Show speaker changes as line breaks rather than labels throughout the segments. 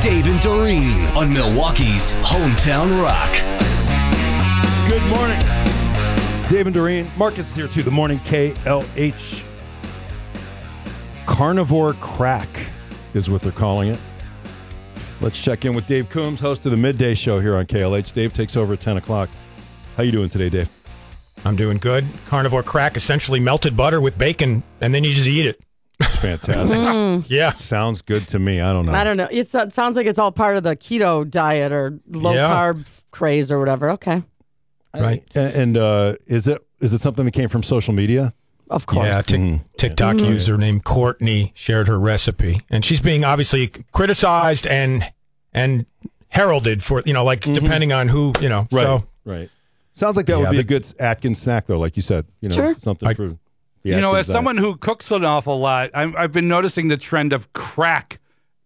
Dave and Doreen on Milwaukee's Hometown Rock.
Good morning. Dave and Doreen. Marcus is here too. The morning KLH. Carnivore crack is what they're calling it. Let's check in with Dave Coombs, host of the midday show here on KLH. Dave takes over at 10 o'clock. How you doing today, Dave?
I'm doing good. Carnivore crack, essentially melted butter with bacon, and then you just eat it.
It's fantastic.
Yeah.
Sounds good to me. I don't know.
I don't know. It's, it sounds like it's all part of the keto diet or low
Yeah.
carb craze or whatever. Okay,
Right.
A- And uh, is it is it something that came from social media?
of course.
Yeah, Tik TikTok user named Courtney shared her recipe, and she's being obviously criticized and and heralded for you know like depending on who you know. So
Mm-hmm. right. Sounds like that
Yeah,
would be
the-
a good Atkins snack, though. Like you said, you know,
Sure.
something
I-
for. the
you know,
Atkins
as
diet.
someone who cooks an awful lot, I'm, I've been noticing the trend of crack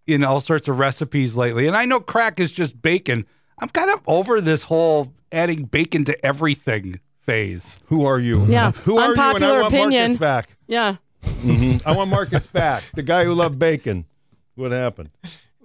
in all sorts of recipes lately. And I know crack is just bacon. I'm kind of over this whole adding bacon to everything phase.
Who are you?
Yeah.
Who are you? And
Unpopular
I want Marcus
opinion.
back.
Yeah.
I want Marcus back. The guy who loved bacon. What happened?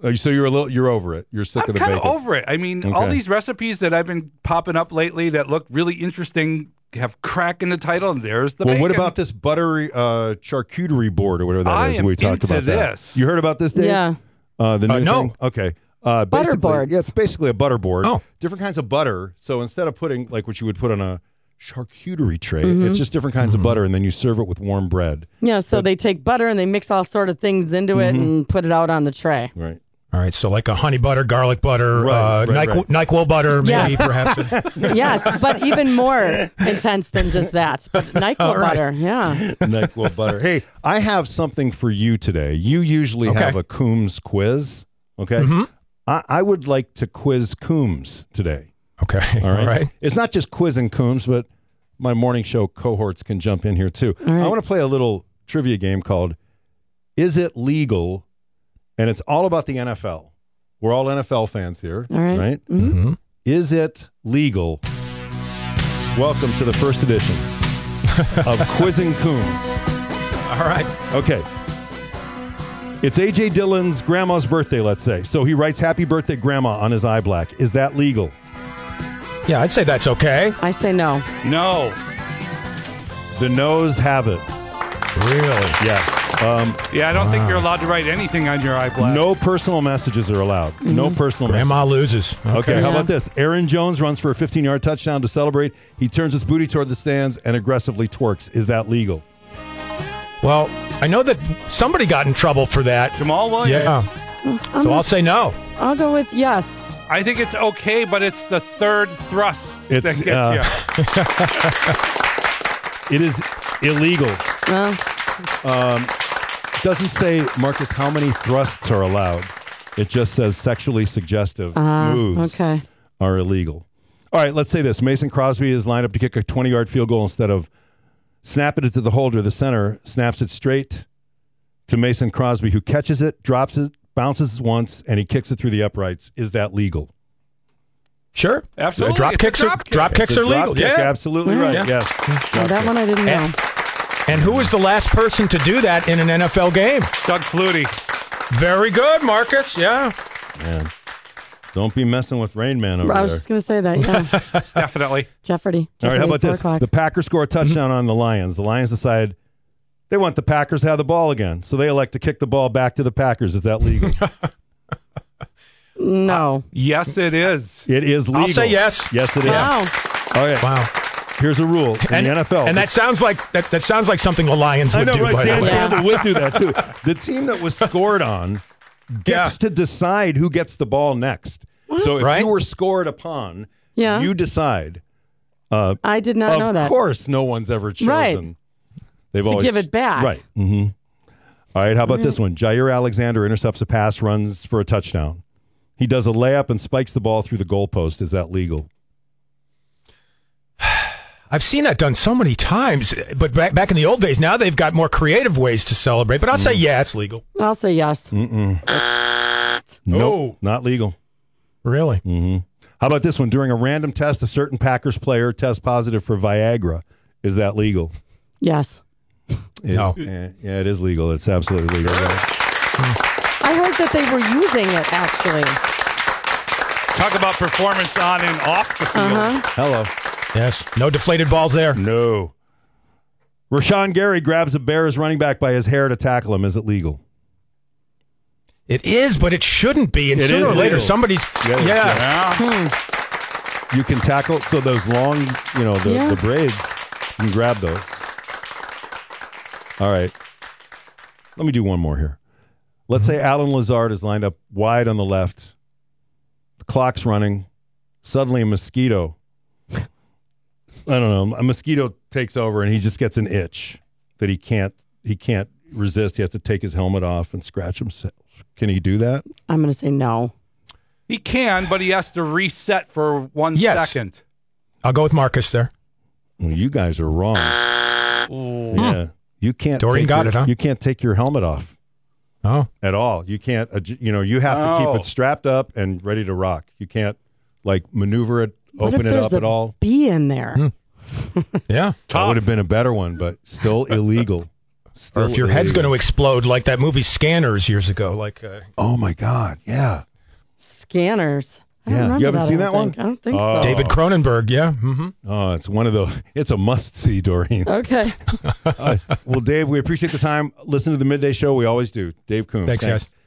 Uh, so you're a little. You're over it. You're sick
I'm
of the
kind
bacon.
of over it. I mean, all
Okay.
these recipes that I've been popping up lately that look really interesting have crack in the title, and there's the
well,
bacon.
what about this buttery uh, charcuterie board or whatever that
I
is
am
we talked
into
about? that.
this.
You heard about this, Dave?
Yeah.
Uh, the new
Uh, no.
thing? Okay. Uh,
Butter
basically-
boards.
Yeah, it's basically a butter board.
Oh.
Different kinds of butter. So instead of putting like what you would put on a charcuterie tray,
Mm-hmm.
it's just different kinds
Mm-hmm.
of butter, and then you serve it with warm bread.
Yeah. So they take butter and they mix all sort of things into
Mm-hmm.
it and put it out on the tray.
Right.
all right, so like a honey butter, garlic butter,
Right,
uh,
right,
Nyquil,
right.
Nyquil butter, maybe
Yes.
perhaps.
yes, but even more intense than just that. But Nyquil
right.
butter. Yeah.
NyQuil butter. Hey, I have something for you today. You usually
Okay. Mm-hmm.
have a Coombs quiz. Okay. I, I would like to quiz Coombs today.
Okay,
All right?
all right.
It's not just quizzing Coombs, but my morning show cohorts can jump in here too.
right.
I want to play a little trivia game called Is It Legal? And it's all about the NFL. We're all NFL fans here.
All right.
Right? Mm-hmm.
Mhm.
Is it legal? Welcome to the first edition of Quizzing Coombs.
All right.
Okay. It's AJ Dillon's grandma's birthday, let's say. So he writes happy birthday grandma on his eye black. Is that legal?
Yeah, I'd say that's okay.
I say no.
No.
The no's have it.
Really?
Yeah.
Yeah, I don't think you're allowed to write anything on your iPlace.
No personal messages are allowed. No personal messages.
Grandma loses.
Okay, how
Yeah.
about this? Aaron Jones runs for a 15 yard touchdown to celebrate. He turns his booty toward the stands and aggressively twerks. Is that legal?
Well, I know that somebody got in trouble for that.
Jamal Williams.
Yeah.
Hmm.
So I'll say no.
I'll go with yes.
I think it's okay, but it's the third thrust
It's,
that gets
uh,
you.
It is illegal. Um,
No.
doesn't say Marcus how many thrusts are allowed. It just says sexually suggestive moves
Uh-huh. Uh, Okay. Oh,
are illegal. All right, let's say this: Mason Crosby is lined up to kick a 20-yard field goal instead of snap it to the holder. The center snaps it straight to Mason Crosby, who catches it, drops it, bounces once, and he kicks it through the uprights. Is that legal?
Sure.
Absolutely.
Drop
It's a
kicks,
drop
are,
kick.
drop kicks
It's a
are
drop
legal.
kick,
yeah.
absolutely right.
Yeah.
Yes,
Well,
Drop
that
kick.
one I didn't know.
And, and who was the last person to do that in an NFL game?
Doug Flutie.
Very good, Marcus. Yeah.
Man, don't be messing with Rain Man over
I was
there.
just going to say that. Yeah.
Definitely.
Jeopardy.
All right, how
Jeopardy,
about
four
this?
o'clock.
The Packers score a touchdown on the Lions. The Lions decide they want the Packers to have the ball again, so they elect to kick the ball back to the Packers. Is that legal?
No.
Yes, it is.
it is legal.
I'll say yes.
Yes, it is.
Wow.
All right,
Wow.
Oh, here's a rule in
And
the NFL.
And that sounds like that, that sounds like something the Lions would
I know,
do, by
right? Dan
the way.
Yeah.
Campbell would do that too. The team that was scored on gets to decide who gets the ball next. So if
Right?
you were scored upon,
Yeah.
you decide.
I did not
of
know that.
course, no one's ever chosen.
Right.
They've
To
always
give it back.
Right. Mm-hmm. All right. How about this one? Jair Alexander intercepts a pass, runs for a touchdown. He does a layup and spikes the ball through the goalpost. Is that legal?
I've seen that done so many times, but back, back in the old days, now they've got more creative ways to celebrate. But I'll
Mm.
say, yeah, it's legal.
I'll say yes.
No,
Oh.
not legal.
Really?
Mm. How about this one? During a random test, a certain Packers player tests positive for Viagra. Is that legal?
Yes.
It-
No.
eh, yeah, it is legal. It's absolutely legal.
I heard that they were using it actually.
Talk about performance on and off the field.
Hello.
Yes. No deflated balls there.
Mm. No. Rashawn Gary grabs a Bears running back by his hair to tackle him. Is it legal?
It is, but it shouldn't be. And
It
sooner
is
or later,
legal.
somebody's.
Yeah,
Yeah.
yeah. You can tackle. So those long, you know, the,
Yeah.
the braids, you can grab those. All right. Let me do one more here. Let's say Alan Lazard is lined up wide on the left. The clock's running. Suddenly a mosquito. I don't know. A mosquito takes over and he just gets an itch that he can't he can't resist. He has to take his helmet off and scratch himself. Can he do that?
I'm going to say no.
He can, but he has to reset for one second.
Yes. I'll go with Marcus there.
Well, you guys are wrong. Yeah, you can't.
Dorian
take
got
your,
it, huh?
You can't take your helmet off
Oh.
at all. You can't. adj- You know, you have to
Oh.
keep it strapped up and ready to rock. You can't like maneuver it,
What
open
if
it
there's
up
a
at all. Hmm.
bee in there?
Yeah.
That would have been a better one, but still illegal. Still
Or if your head's going
illegal.
to explode like that movie Scanners years ago, like uh,
Oh my God! Yeah.
Scanners. I
Yeah.
don't
You
remember
haven't
that,
seen
I
that one?
don't think. I don't think so.
David Cronenberg. Yeah. Mm-hmm.
Oh, it's one of those. It's a must-see, Doreen.
Okay.
All right. well, Dave, we appreciate the time. Listen to the midday show. We always do. Dave Coombs.
Thanks, guys.